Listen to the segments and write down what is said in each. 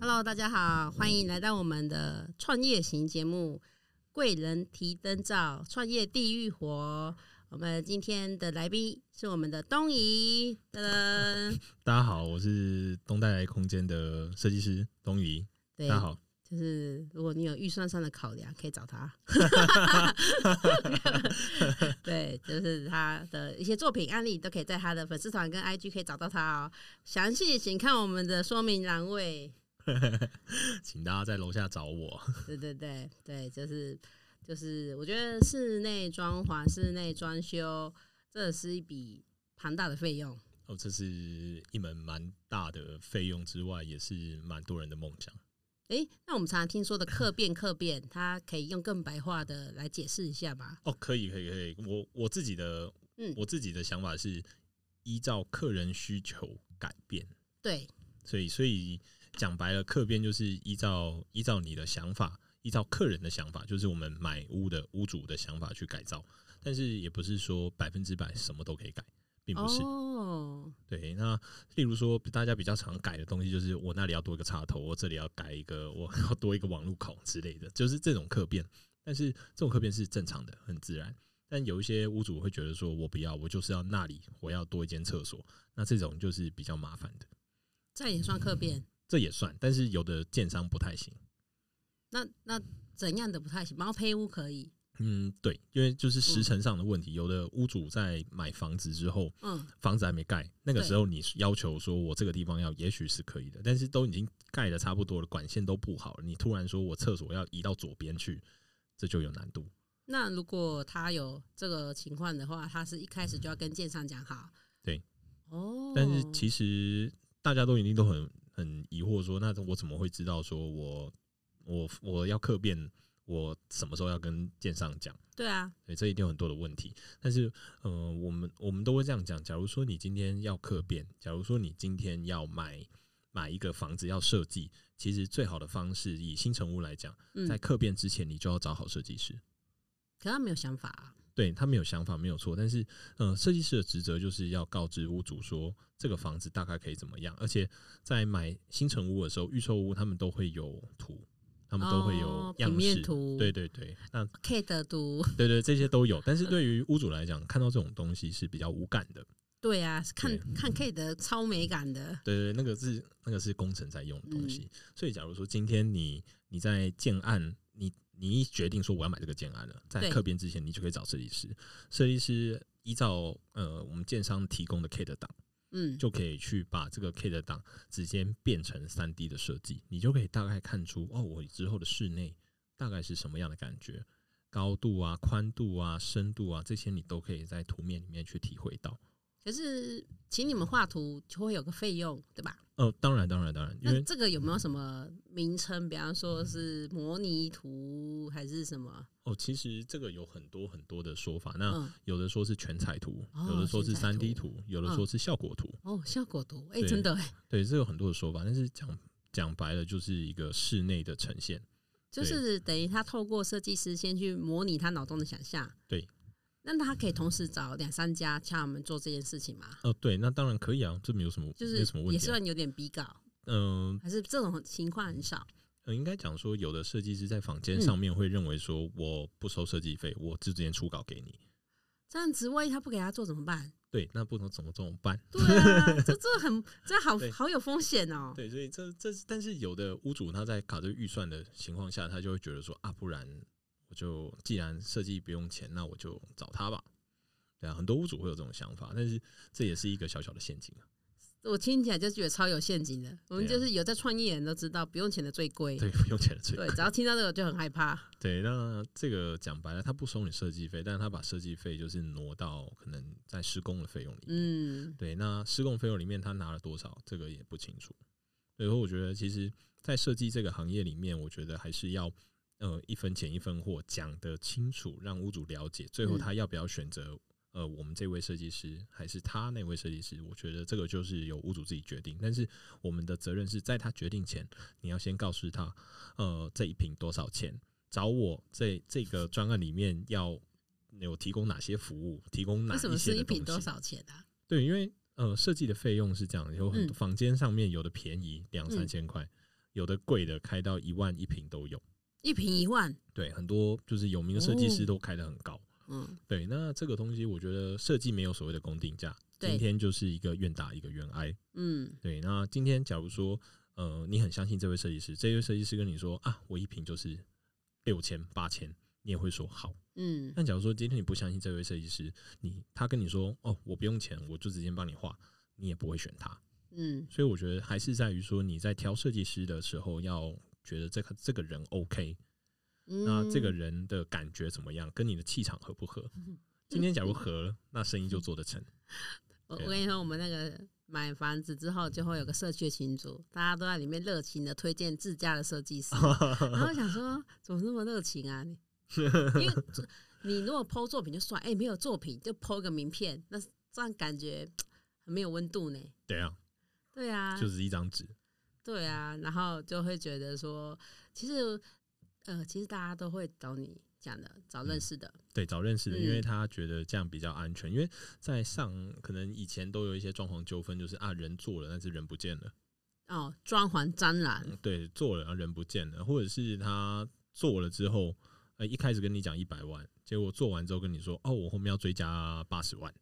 Hello，大家好，欢迎来到我们的创业型节目《贵人提灯照：创业地狱活》。我们今天的来宾是我们的东怡，噔噔，大家好，我是东带来空间的设计师东怡。对大，家好， 就是如果你有预算上的考量，可以找他。对，就是他的一些作品案例都可以在他的粉丝团跟 IG 可以找到他哦。详细请看我们的说明栏位。请大家在楼下找我。对对对对，就是就是，我觉得室内装潢、室内装修，这是一笔庞大的费用。哦，这是一门蛮大的费用之外，也是蛮多人的梦想。诶，那我们常常听说的客变，客变，它可以用更白话的来解释一下吧？哦，可以，可以，可以。我我自己的，嗯我自己的想法是依照客人需求改变，对，所以，所以讲白了，客变就是依照依照你的想法，依照客人的想法，就是我们买屋的屋主的想法去改造，但是也不是说百分之百什么都可以改，并不是。哦，对，那例如说大家比较常改的东西，就是我那里要多一个插头，我这里要改一个，我 要多一个网路口之类的，就是这种客变。但是这种客变是正常的，很自然。但有一些屋主会觉得说，我不要，我就是要那里，我要多一间厕所。那这种就是比较麻烦的，这样也算客变？这也算。但是有的建商不太行。那那怎样的不太行？猫配屋可以，嗯，对，因为就是时程上的问题，有的屋主在买房子之后，嗯，房子还没盖，那个对时候你要求说我这个地方要，也许是可以的，但是都已经盖的差不多了，管线都布好了，你突然说我厕所要移到左边去，这就有难度。那如果他有这个情况的话，他是一开始就要跟建商讲好。对，哦，但是其实大家都一定都很很疑惑说，那我怎么会知道说我我我要客变，我什么时候要跟建商讲？对啊，对，这一定有很多的问题。但是，呃，我们我们都会这样讲：，假如说你今天要客变，假如说你今天要买买一个房子要设计，其实最好的方式，以新城屋来讲，嗯，在客变之前，你就要找好设计师。可他没有想法、啊。对他没有想法没有错，但是，呃，设计师的职责就是要告知屋主说这个房子大概可以怎么样，而且在买新城屋的时候，预售屋他们都会有图，他们都会有哦平样面式，图对对对，那 K 的读，对对，这些都有。但是对于屋主来讲，看到这种东西是比较无感的。对啊，是看对看 K 的超美感的，对对，对那个是那个是工程在用的东西。所以，假如说今天你你在建案，你你一决定说我要买这个建案了，在对客编之前，你就可以找设计师。设计师依照呃我们建商提供的 K 的档，嗯，就可以去把这个 K 的档直接变成三 D 的设计，你就可以大概看出哦，我之后的室内大概是什么样的感觉，高度啊、宽度啊、深度啊，这些你都可以在图面里面去体会到。可是请你们画图就会有个费用，对吧？呃，当然，当然，当然，因那为这个有没有什么名称？比方说是模拟图还是什么？哦，其实这个有很多很多的说法，那嗯，有的说是全彩图，哦有的说是全彩三图嗯 D 图，有的说是效果图，哦，效果图，哎、对真的、 哎，对，这有很多的说法，但是讲讲白了，就是一个室内的呈现。就是等于他透过设计师先去模拟他脑中的想象，对。那他可以同时找两三家叫我们做这件事情吗？哦、对，那当然可以啊，这没有什么，就没是有什么问也题啊、算有点比稿，嗯、还是这种情况很少？呃，应该讲说，有的设计师在房间上面会认为说，我不收设计费，我就直接出稿给你。这样子，万一他不给他做怎么 办？对，那不能怎么怎么办？对啊，这这很这好对好有风险哦、对，所以这这，但是有的屋主他在卡这个预算的情况下，他就会觉得说啊，不然我就既然设计不用钱，那我就找他吧。对啊，很多屋主会有这种想法，但是这也是一个小小的陷阱啊。我听起来就觉得超有陷阱的。我们就是有在创业人都知道，不用钱的最贵。啊对，不用钱的最对，只要听到这个就很害怕。对，那这个讲白了，他不收你设计费，但是他把设计费就是挪到可能在施工的费用里面嗯，对，那施工费用里面他拿了多少，这个也不清楚。所以说，我觉得其实，在设计这个行业里面，我觉得还是要呃一分钱一分货，讲得清楚，让屋主了解，最后嗯他要不要选择、呃我们这位设计师，还是他那位设计师，我觉得这个就是由屋主自己决定。但是我们的责任是在他决定前，你要先告诉他，呃，这一瓶多少钱，找我这这个专案里面要。有提供哪些服务？提供哪为一什些么是的一瓶东多西少钱啊？对，因为呃，设计的费用是这样，有很嗯多房间上面有的便宜两嗯三千块，有的贵的开到一万一平都有。一瓶一万，对，很多就是有名的设计师哦都开得很高。嗯，对，那这个东西我觉得设计没有所谓的公定价，今对，天就是一个愿打一个愿挨。嗯，对，那今天假如说，呃，你很相信这位设计师，这位设计师跟你说啊，我一瓶就是六千八千，你也会说好。嗯，但假如说今天你不相信这位设计师，你他跟你说哦，我不用钱，我就直接帮你画，你也不会选他。嗯，所以我觉得还是在于说你在挑设计师的时候，要觉得这个这个人 OK，那这个嗯人的感觉怎么样，跟你的气场合不合？今天嗯假如合了，那生意就做得成。我对我跟你说，我们那个买房子之后，就会有个社区群组，大家都在里面热情的推荐自家的设计师，然后我想说怎么那么热情啊你？因为这你如果剖作品就算，哎、没有作品就剖个名片，那这样感觉很没有温度呢。对啊，对啊，就只是一张纸。对啊，然后就会觉得说，其实呃，其实大家都会找你讲的，找认嗯识的，对，找认识的，嗯因为他觉得这样比较安全。因为在上可能以前都有一些装潢纠纷，就是啊人做了，但是人不见了。哦，装潢蟑螂，对，做了然后人不见了，或者是他做了之后，呃，一开始跟你讲一百万，结果做完之后跟你说，哦，我后面要追加八十万。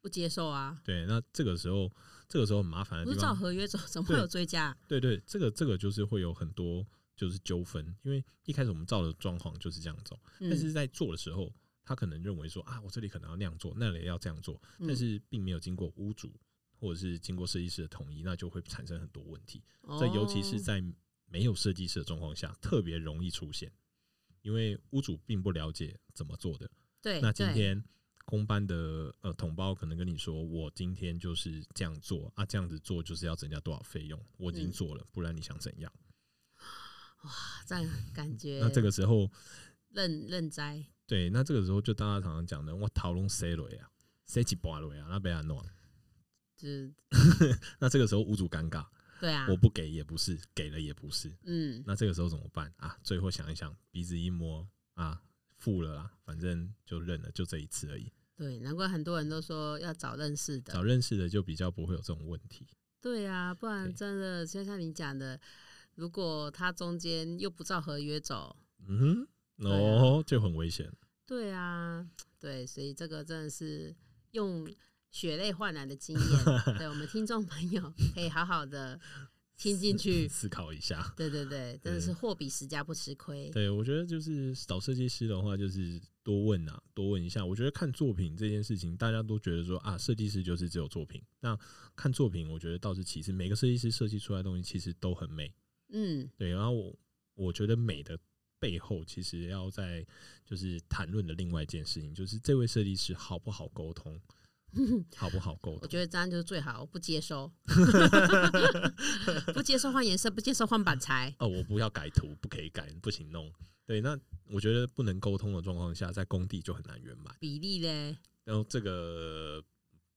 不接受啊。对，那这个时候，这个时候很麻烦不的是地照方，合约走，怎么会对有追加？啊对对，这个这个就是会有很多就是纠纷，因为一开始我们照的装潢就是这样走，但是嗯，在做的时候，他可能认为说啊，我这里可能要那样做，那里要这样做，嗯但是并没有经过屋主或者是经过设计师的同意，那就会产生很多问题。这尤其是哦在没有设计师的状况下，特别容易出现，因为屋主并不了解怎么做的。对，那今对天公班的呃同胞可能跟你说，我今天就是这样做啊，这样子做就是要增加多少费用，我已经嗯做了，不然你想怎样？这样感觉那这个时候，认认栽，对，那这个时候就大家常常讲的，我讨论谁了呀？谁起拔了啊呀？那被他弄，就是那这个时候屋主尴尬，对啊，我不给也不是，给了也不是，嗯，那这个时候怎么办啊？最后想一想，鼻子一摸啊，付了啦，反正就认了，就这一次而已。对，难怪很多人都说要找认识的找，认识的就比较不会有这种问题。对啊，不然对真的就像你讲的，如果他中间又不照合约走，嗯哼，对啊哦，就很危险。，对啊，对，所以这个真的是用血泪换来的经验，对我们听众朋友可以好好的听进去思考一下。对对对，真的是对货比十家不吃亏，对，我觉得就是找设计师的话，就是多问啊，多问一下。我觉得看作品这件事情，大家都觉得说啊，设计师就是只有作品。那看作品，我觉得倒是其次，每个设计师设计出来的东西其实都很美。嗯，对，然后我我觉得美的背后，其实要在就是谈论的另外一件事情，就是这位设计师好不好沟通，好不好沟 我通。觉得这样就是最好，我不接收， 不接受换颜色，不接受换板材。哦，我不要改图，不可以改，不行弄。对，那我觉得不能沟通的状况下，在工地就很难圆满。比例嘞，然后这个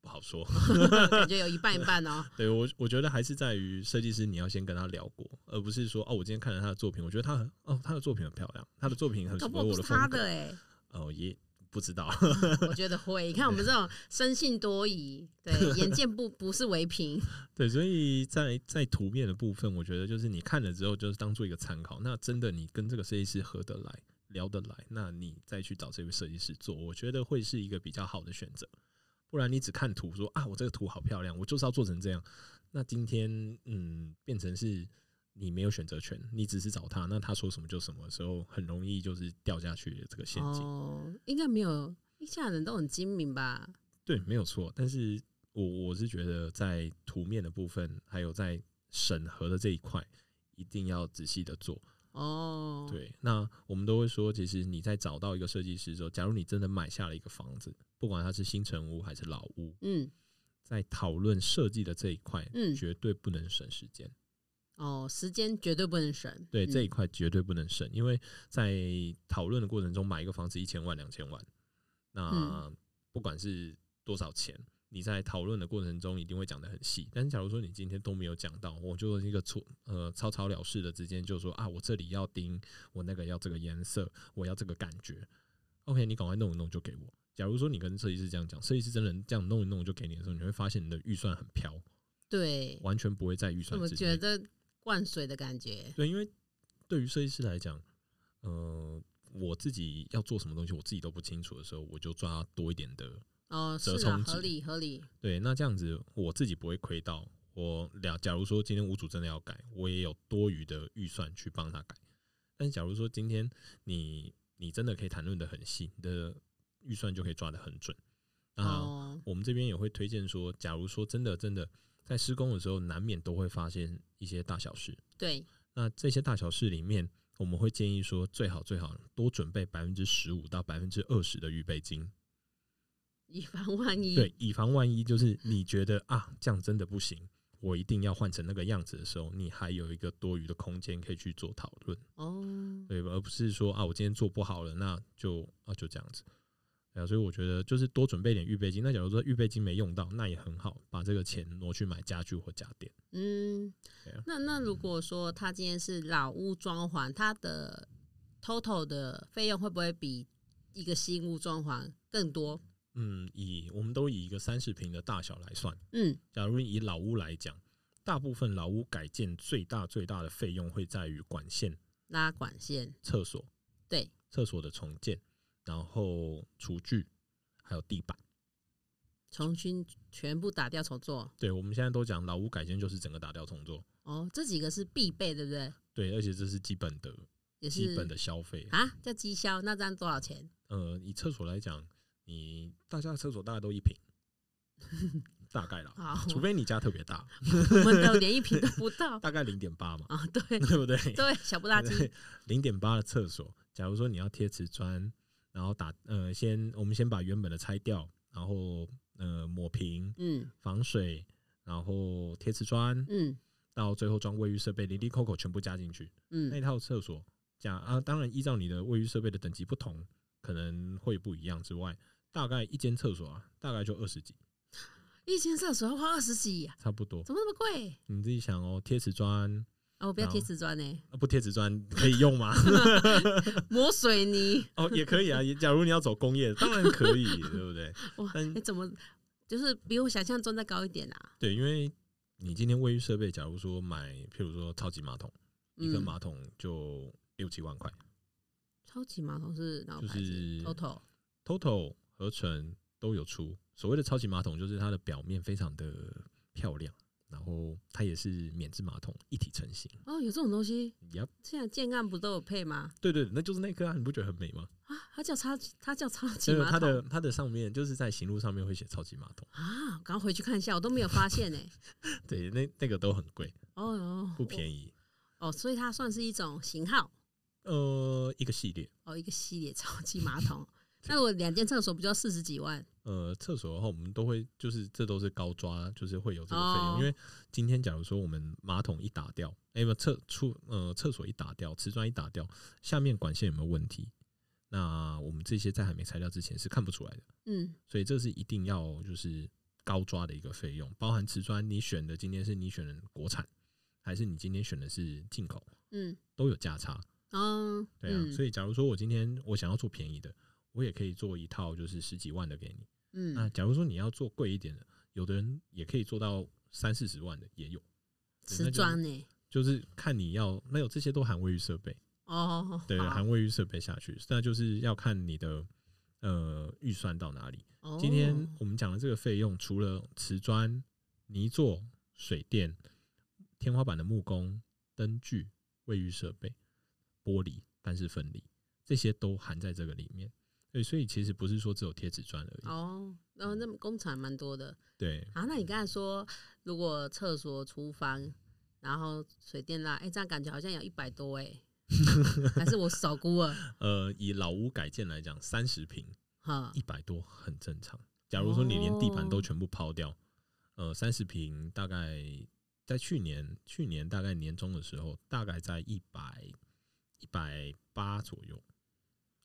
不好说。 感觉有一半一半哦。对我，我觉得还是在于设计师，你要先跟他聊过，而不是说哦，我今天看了他的作品，我觉得他很哦，他的作品很漂亮，他的作品很搞符不好合不我是的风他格。的哎、哦，也不知道。我觉得会。你看我们这种生性多疑，对，眼见不不是为凭。对，所以在在图面的部分，我觉得就是你看了之后，就是当做一个参考。那真的你跟这个设计师合得来、聊得来，那你再去找这位设计师做，我觉得会是一个比较好的选择。不然你只看图说啊，我这个图好漂亮，我就是要做成这样。那今天嗯，变成是你没有选择权，你只是找他，那他说什么就什么的时候，很容易就是掉下去这个 陷阱。哦，应该没有，现在人都很精明吧？对，没有错。但是我我是觉得在图面的部分，还有在审核的这一块，一定要仔细的做。哦，，对，那我们都会说，其实你在找到一个设计师之后，假如你真的买下了一个房子，不管它是新城屋还是老屋，嗯，在讨论设计的这一块，嗯绝对不能省时间。哦，时间绝对不能省。对这一嗯块绝对不能省，因为在讨论的过程中，买一个房子一千万、两千万，嗯那不管是多少钱，你在讨论的过程中一定会讲得很细。但是假如说你今天都没有讲到，我就是一个粗呃草草了事的，直接就说啊，我这里要钉，我那个要这个颜色，我要这个感觉。OK，你赶快弄一弄就给我。假如说你跟设计师这样讲，设计师真的这样弄一弄就给你的时候，你会发现你的预算很飘，对，完全不会在预算我之觉内。得灌水的感觉。对，因为对于设计师来讲，呃，我自己要做什么东西，我自己都不清楚的时候，我就抓多一点的。哦，是折啊，冲合击理合理。对，那这样子我自己不会亏到。我俩假如说今天屋主真的要改，我也有多余的预算去帮他改。但是假如说今天你你真的可以谈论的很细，你的预算就可以抓的很准。那、哦，我们这边也会推荐说，假如说真的真的在施工的时候，难免都会发现一些大小事。对，那这些大小事里面，我们会建议说，最好最好多准备百分之十五到百分之二十的预备金，以防万一。对，以防万一。就是你觉得啊，这样真的不行，我一定要换成那个样子的时候，你还有一个多余的空间可以去做讨论，哦，对吧，而不是说啊，我今天做不好了，那就啊就这样子。对啊，所以我觉得就是多准备点预备金。那假如说预备金没用到，那也很好，把这个钱挪去买家具或家电。嗯对啊，那那如果说他今天是老屋装潢，他的 total 的费用会不会比一个新屋装潢更多？嗯，以我们都以一个三十平的大小来算，嗯，假如以老屋来讲，大部分老屋改建最大最大的费用会在于管线、拉管线，厕所、对，厕所的重建，然后厨具，还有地板。重新全部打掉重做。对，我们现在都讲老屋改建就是整个打掉重做，哦，这几个是必备，对不对？对，而且这是基本的也是基本的消费。啊，叫绩效，那这样多少钱？呃，以厕所来讲，你大家的厕所大概都 一平，大概啦，好，除非你家特别大，我们的连一瓶都不到大概零点八嘛，啊， 对对不对？对，小不拉几，零点八的厕所，假如说你要贴瓷砖，然后打呃，先我们先把原本的拆掉，然后呃抹平、嗯防水，然后贴瓷砖，嗯到最后装卫浴设备，零零扣扣全部加进去。那嗯一套厕所，假啊，当然依照你的卫浴设备的等级不同，可能会不一样之外，大概一间厕所啊，大概就二十几，一间厕所要花二十几呀、差不多。怎么那么贵？你自己想哦，贴瓷砖。哦，我不要贴好瓷砖呢，啊不贴瓷砖可以用吗？ 抹水泥。哦，也可以啊。也假如你要走工业，当然可以，对不对？ 哇，但你怎么就是比我想象中再高一点啊？对，因为你今天卫浴设备，假如说买，譬如说超级马桶，一个嗯马桶就六七万块超级马桶是哪个牌子、就是 t o t a l ，total 合成都有出。所谓的超级马桶，就是它的表面非常的漂亮，然后它也是免治马桶一体成型。哦，有这种东西，呀、现在建案不都有配吗？对对，那就是那颗啊，你不觉得很美吗？啊，它叫超级，它叫超级所以马桶它的它的上面就是在行路上面会写超级马桶，啊，赶快回去看一下，我都没有发现呢、对，那那个都很贵，哦哦，不便宜。哦，所以它算是一种型号呃，一个系列，哦，一个系列超级马 桶。那我两间厕所不就要四十几万？呃，厕所的话，我们都会就是这都是高抓，就是会有这个费用。哦因为今天假如说我们马桶一打掉，哎、不厕出呃厕所一打掉，瓷砖一打掉，下面管线有没有问题？那我们这些在还没拆掉之前是看不出来的，嗯，所以这是一定要就是高抓的一个费用，包含瓷砖你选的今天是你选的国产，还是你今天选的是进口，嗯，都有价差。哦，对啊，嗯、所以假如说我今天我想要做便宜的，我也可以做一套就是十几万的给你。啊那嗯，假如说你要做贵一点的，有的人也可以做到三四十万的，也有，瓷砖呢、就是看你要没有这些都含卫浴设备，哦，对，好含卫浴设备下去，那就是要看你的呃预算到哪里。哦今天我们讲的这个费用，除了瓷砖、泥作、水电、天花板的木工、灯具、卫浴设备、玻璃、干湿分离，这些都含在这个里面。对，所以其实不是说只有贴瓷砖而已。哦，然后那么工厂蛮多的对，啊。那你刚才说，如果厕所、厨房，然后水电啦，哎、这样感觉好像有一百多哎、还是我少估了？呃，以老屋改建来讲，三十平哈，一百多很正常。假如说你连地板都全部抛掉，呃，三十平大概在去年去年大概年中的时候，大概在一百一百八左右。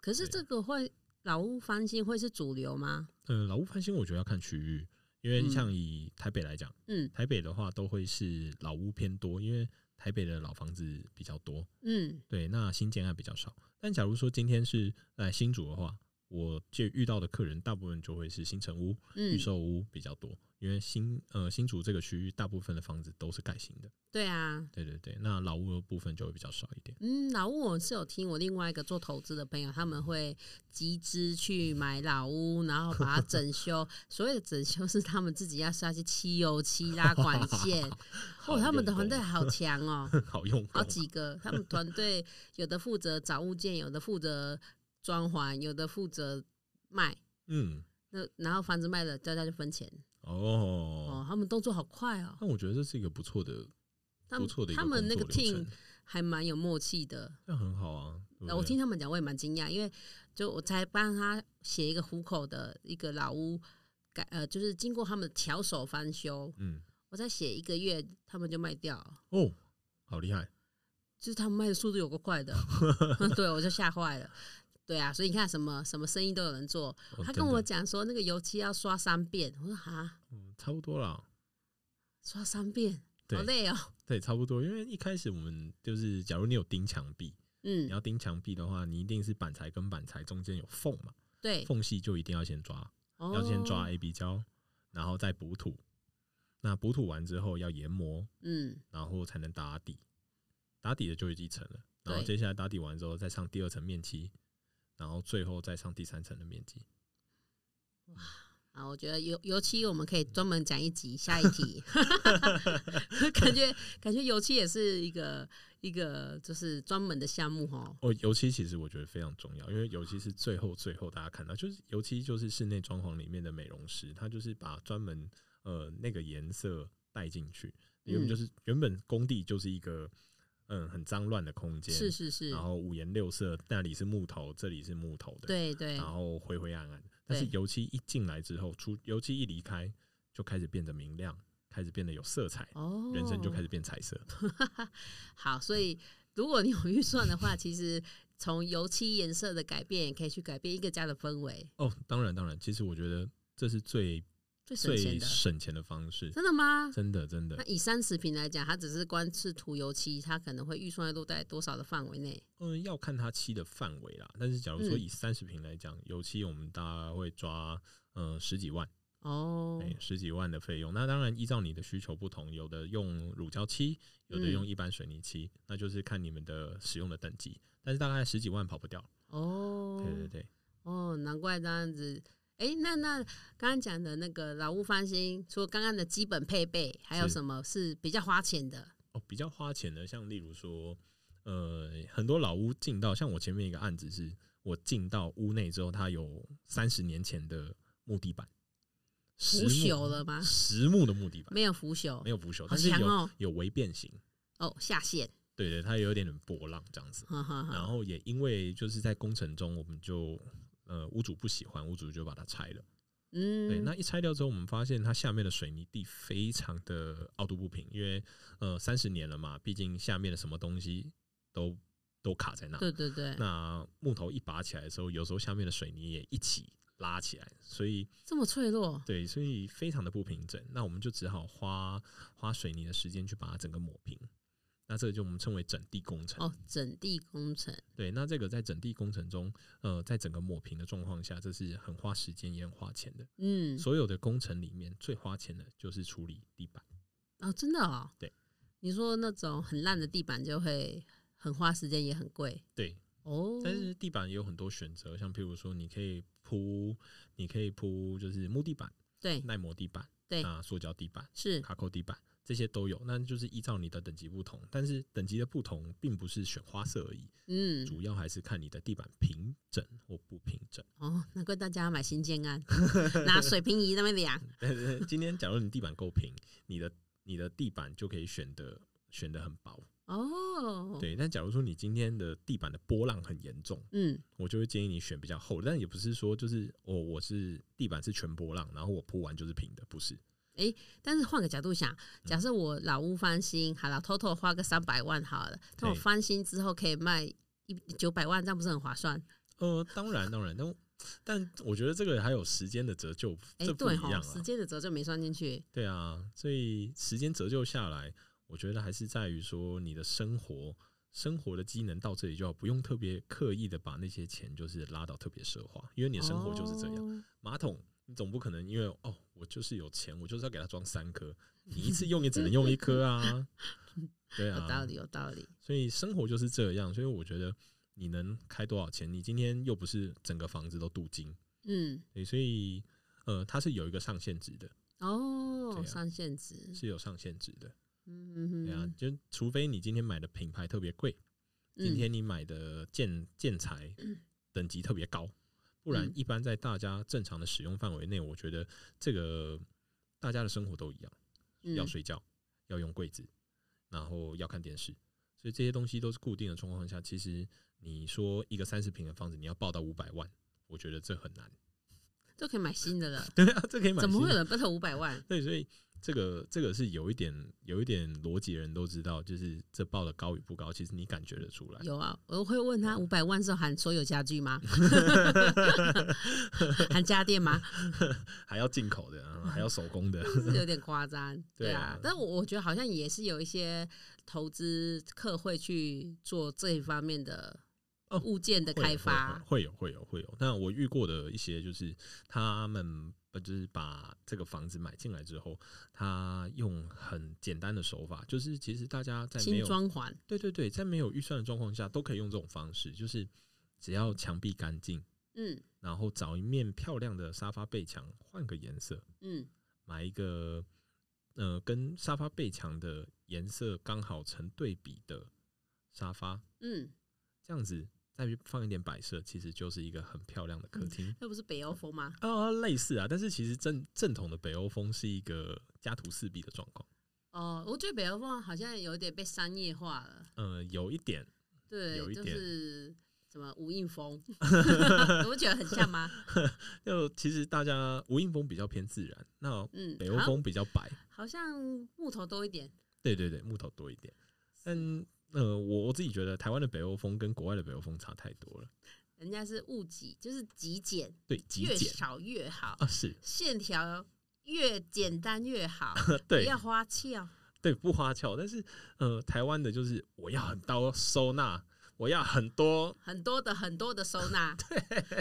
可是对这个会老屋翻新会是主流吗？呃，老屋翻新我觉得要看区域，因为嗯像以台北来讲，嗯台北的话都会是老屋偏多，因为台北的老房子比较多，嗯对，那新建案比较少。但假如说今天是来新竹的话，我这遇到的客人大部分就会是新城屋、预嗯，售屋比较多，因为新呃新竹这个区域大部分的房子都是盖新的，对啊，对对对，那老屋的部分就会比较少一点。 嗯，老屋我是有听我另外一个做投资的朋友，他们会集资去买老屋，然后把它整修。所谓的整修是他们自己要下去漆油漆、拉管 线。哦，他们的团队好强哦，好用功好几个。他们团队有的负责找物件，有的负责装潢，有的负责卖。嗯那然后房子卖了，大家就分钱。哦哦，，他们动作好快哦，那我觉得这是一个不错的他不们错的一他工作们那个流程 team 还蛮有默契的。呃这样很好啊。对不我对听他们讲，我也蛮惊讶，因为就我才帮他写一个虎口的一个老屋改，呃，就是经过他们巧手翻修，嗯我才写一个月，他们就卖掉了，哦，好厉害，就是他们卖的速度有够快的， 对我就吓坏了。对啊，所以你看什么什么生意都有人做。哦他真跟我的讲说那个油漆要刷三遍，我说哈，嗯差不多啦。刷三遍，对好累哦。对，差不多。因为一开始我们就是，假如你有钉墙壁，你嗯，要钉墙壁的话，你一定是板材跟板材中间有缝嘛，对，缝隙就一定要先抓，哦要先抓。A B 胶，然后再补土。那补土完之后要研磨，嗯，然后才能打底。打底的就一层了，然后对接下来打底完之后再上第二层面漆，然后最后再上第三层的面积。啊，我觉得油油漆我们可以专门讲一集，下一题，嗯感觉感觉油漆也是一个一个就是专门的项目哦。哦，油漆其实我觉得非常重要，因为油漆是最后最后大家看到，就是油漆就是室内装潢里面的美容师，他就是把专门呃那个颜色带进去，原嗯本就是、原本工地就是一个嗯很脏乱的空间，是是是然，后五颜六色，那里是木头，这里是木头的，对对然后灰灰暗暗，但是对油漆一进来之后，出油漆一离开就开始变得明亮，开始变得有色彩，哦，人生就开始变彩色， 好。所以如果你有预算的话，其实从油漆颜色的改变，也可以去改变一个家的氛围，哦，当然当然，其实我觉得这是最最省钱最的。省钱的方式，真的吗？真的真的那，以三十平来讲，它只是光是涂油漆，它可能会预算落在多少的范围内？嗯，要看它漆的范围啦。但是假如说嗯以三十平来讲，油漆我们大概会抓嗯十几万，哦哎、，十几万的费用。那当然依照你的需求不同，有的用乳胶漆，有的嗯用一般水泥漆，那就是看你们的使用的等级。但是大概十几万跑不掉，哦，对对对。哦，难怪这样子。哎、那那刚刚讲的那个老屋翻新，除了刚刚的基本配备，还有是什么是比较花钱的？哦，比较花钱的，像例如说，呃，很多老屋进到，像我前面一个案子是，我进到屋内之后，它有三十年前的木地板，腐实木朽了吗？实木的木地板，没有腐朽没，有腐朽，好但是强有、哦！有微变形，哦，下线，对对，它有一点点波浪这样子。哈哈然哈。后也因为就是在工程中，我们就呃屋主不喜欢，屋主就把它拆了。对，嗯，那一拆掉之后，我们发现它下面的水泥地非常的凹凸不平，因为呃三十年了嘛，毕竟下面的什么东西都都卡在那。对对对，那木头一拔起来的时候，有时候下面的水泥也一起拉起来，所以这么脆弱，对，所以非常的不平整。那我们就只好花花水泥的时间去把它整个抹平。那这个就我们称为整地工程。哦，整地工程，对，那这个在整地工程中，呃，在整个抹平的状况下，这是很花时间也很花钱的。嗯，所有的工程里面最花钱的就是处理地板。哦，真的哦，对，你说那种很烂的地板就会很花时间，也很贵对，哦，但是地板也有很多选择，像譬如说，你可以铺，你可以铺就是木地板、对耐磨地板、对啊塑胶地板、是卡扣地板这些都有。那就是依照你的等级不同，但是等级的不同并不是选花色而已，嗯，主要还是看你的地板平整或不平整。哦，难怪大家要买新建案， 拿水平仪那边量，但是今天假如你地板够平，你的你的地板就可以选的选的很薄，哦，，对。但假如说你今天的地板的波浪很严重，嗯，我就会建议你选比较厚的，但也不是说就是我、我是地板是全波浪，然后我铺完就是平的，不是。但是换个角度嗯想，假设我老屋翻新，好了，偷偷花个三百万好了，那我对翻新之后可以卖一九百万，这样不是很划算？呃，当然当然，但但我觉得这个还有时间的折旧，哎、这不对一哈，样时啊。间的折旧没算进去，对啊，所以时间折旧下来，我觉得还是在于说你的生活生活的机能到这里就好，不用特别刻意的把那些钱就是拉到特别奢华，因为你的生活就是这样。样。马桶你总不可能因为哦，我就是有钱，我就是要给它装三颗，你一次用也只能用一 颗啊。对有道啊，理，有道理。所以生活就是这样，所以我觉得你能开多少钱，你今天又不是整个房子都镀金，嗯，对，所以呃，它是有一个上限值的，哦，对啊上限值，是有上限值的。嗯对啊嗯，就除非你今天买的品牌特别贵，今天你买的建建材等级特别高，不然嗯一般在大家正常的使用范围内，我觉得这个大家的生活都一样，嗯要睡觉，要用柜子，然后要看电视，所以这些东西都是固定的状况下，其实你说一个三十平的房子你要报到五百万，我觉得这很难。 就可以买新的了。对啊，这 可以买怎么会新有的人不投五百万？对，所以这个这个是有一点有一点逻辑，人都知道，就是这报的高与不高，其实你感觉得出来。有啊，我会问他五百万是含所有家具 吗？含家电 吗？还要进口的，啊还要手工的，是有点夸张，对对啊啊。但我我觉得好像也是有一些投资客会去做这一方面的哦物 件的会开有发。会有会有会有会有。那我遇过的一些就是他们呃就是把这个房子买进来之后，他用很简单的手法，就是其实大家在没新有装潢，对对对，在没有预算的状况下，都可以用这种方式，就是只要墙壁干净，嗯然后找一面漂亮的沙发背墙，换个颜色，嗯买一个呃跟沙发背墙的颜色刚好成对比的沙发，嗯，这样子再去放一点摆设，其实就是一个很漂亮的嗯客厅。那不是北欧风吗？啊，类似啊，但是其实正正统的北欧风是一个家徒四壁的状况，哦，我觉得北欧风好像有点被商业化了，呃，有一点，对有一，就点是什么无印 风，你不觉得很像吗？就其实大家无印风比较偏自然，那嗯，北欧好风比较白，好像木头多一点，对对对，木头多一点，但呃，我我自己觉得台湾的北欧风跟国外的北欧风差太多了，人家是物极，就是极简，对，极越简少越好，啊，是线条越简单越 好，不对要花俏。对，不花俏，但是呃，台湾的就是我要很多收纳，我要很多，很多的很多的收 纳，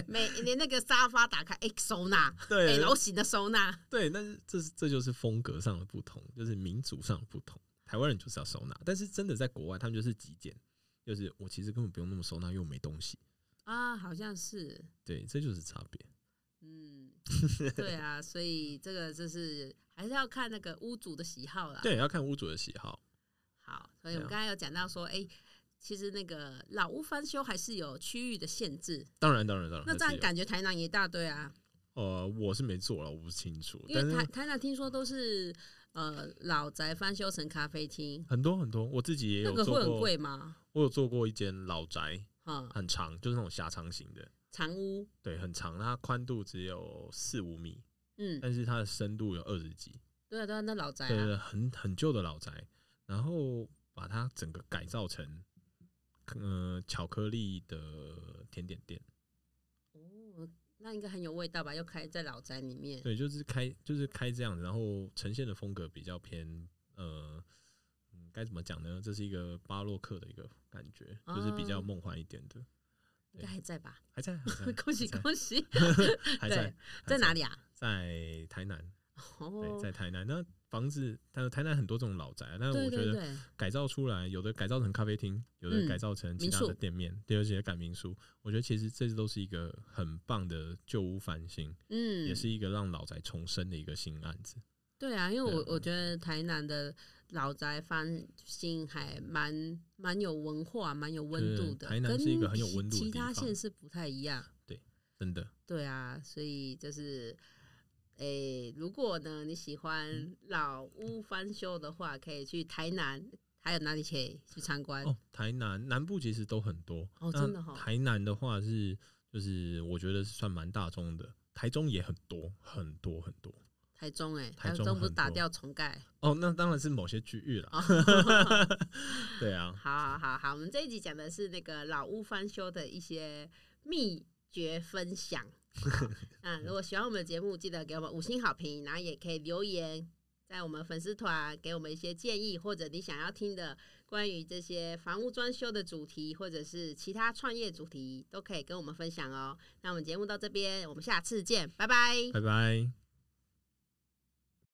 每连那个沙发打开，哎、收纳 对，L 型的收纳，对，但是这是这就是风格上的不同，就是民族上的不同。台湾人就是要收纳，但是真的在国外，他们就是极简，就是我其实根本不用那么收纳，因为我没东西。啊，好像是，对，这就是差别。 嗯，对啊，所以这个就是还是要看那个屋主的喜好啦。对，要看屋主的喜好。好，所以我对啊们刚才有讲到说，哎、其实那个老屋翻修还是有区域的限制，当然，当然，当然。那这还样是有感觉台南也一大堆啊，呃，我是没做了，我不清楚。因但为台是台南听说都是呃老宅翻修成咖啡厅，很多很多，我自己也那有个会做很过。贵吗？我有做过一间老宅，啊、很长，就是那种狭长型的，长屋，对，很长，它宽度只有四五米，嗯，但是它的深度有二十几，对啊对啊，那老宅对哎对啊，对，很很旧的老宅，然后把它整个改造成，呃，巧克力的甜点店，哦，那应该很有味道吧？又开在老宅里面，对，就是开就是开这样子，然后呈现的风格比较偏呃。嗯该怎么讲呢？这是一个巴洛克的一个感觉，就是比较哦梦幻一点的，应该还在吧？ 还在，还在恭喜还在恭喜！还对在，在哪里？里啊？在台南，对，哦，在台南。那房子，但台南很多这种老宅，但对我觉对得对，改造出来，有的改造成咖啡厅，有的嗯改造成其他民的宿店面，第二些改民宿。我觉得其实这都是一个很棒的旧屋翻新，嗯，也是一个让老宅重生的一个新案子。对啊，因为对我啊我觉得台南的老宅翻新还蛮蛮有文化、蛮有温度的，对台南是一个很有跟温度的其地他方县市不太一样。真的，对啊，所以就是，诶、如果呢你喜嗯欢老屋翻修的话，可以去台南，还有哪里可以去参观？哦，台南南部其实都很多。呃哦那真的哦台南的话是，就是我觉得是算蛮大众的，台中也很多很多很多。台中、诶，台台中中不是很打多掉重盖？哦，那当然是某些区域啦。 哦 对啊，好好好好，我们这一集讲的是那个老屋翻修的一些秘诀分享。啊，如果喜欢我们的节目，记得给我们五星好评，然后也可以留言。在我们粉丝团给我们一些建议，或者你想要听的关于这些房屋装修的主题，或者是其他创业主题，都可以跟我们分享哦。那我们节目到这边，我们下次见，拜拜。拜拜。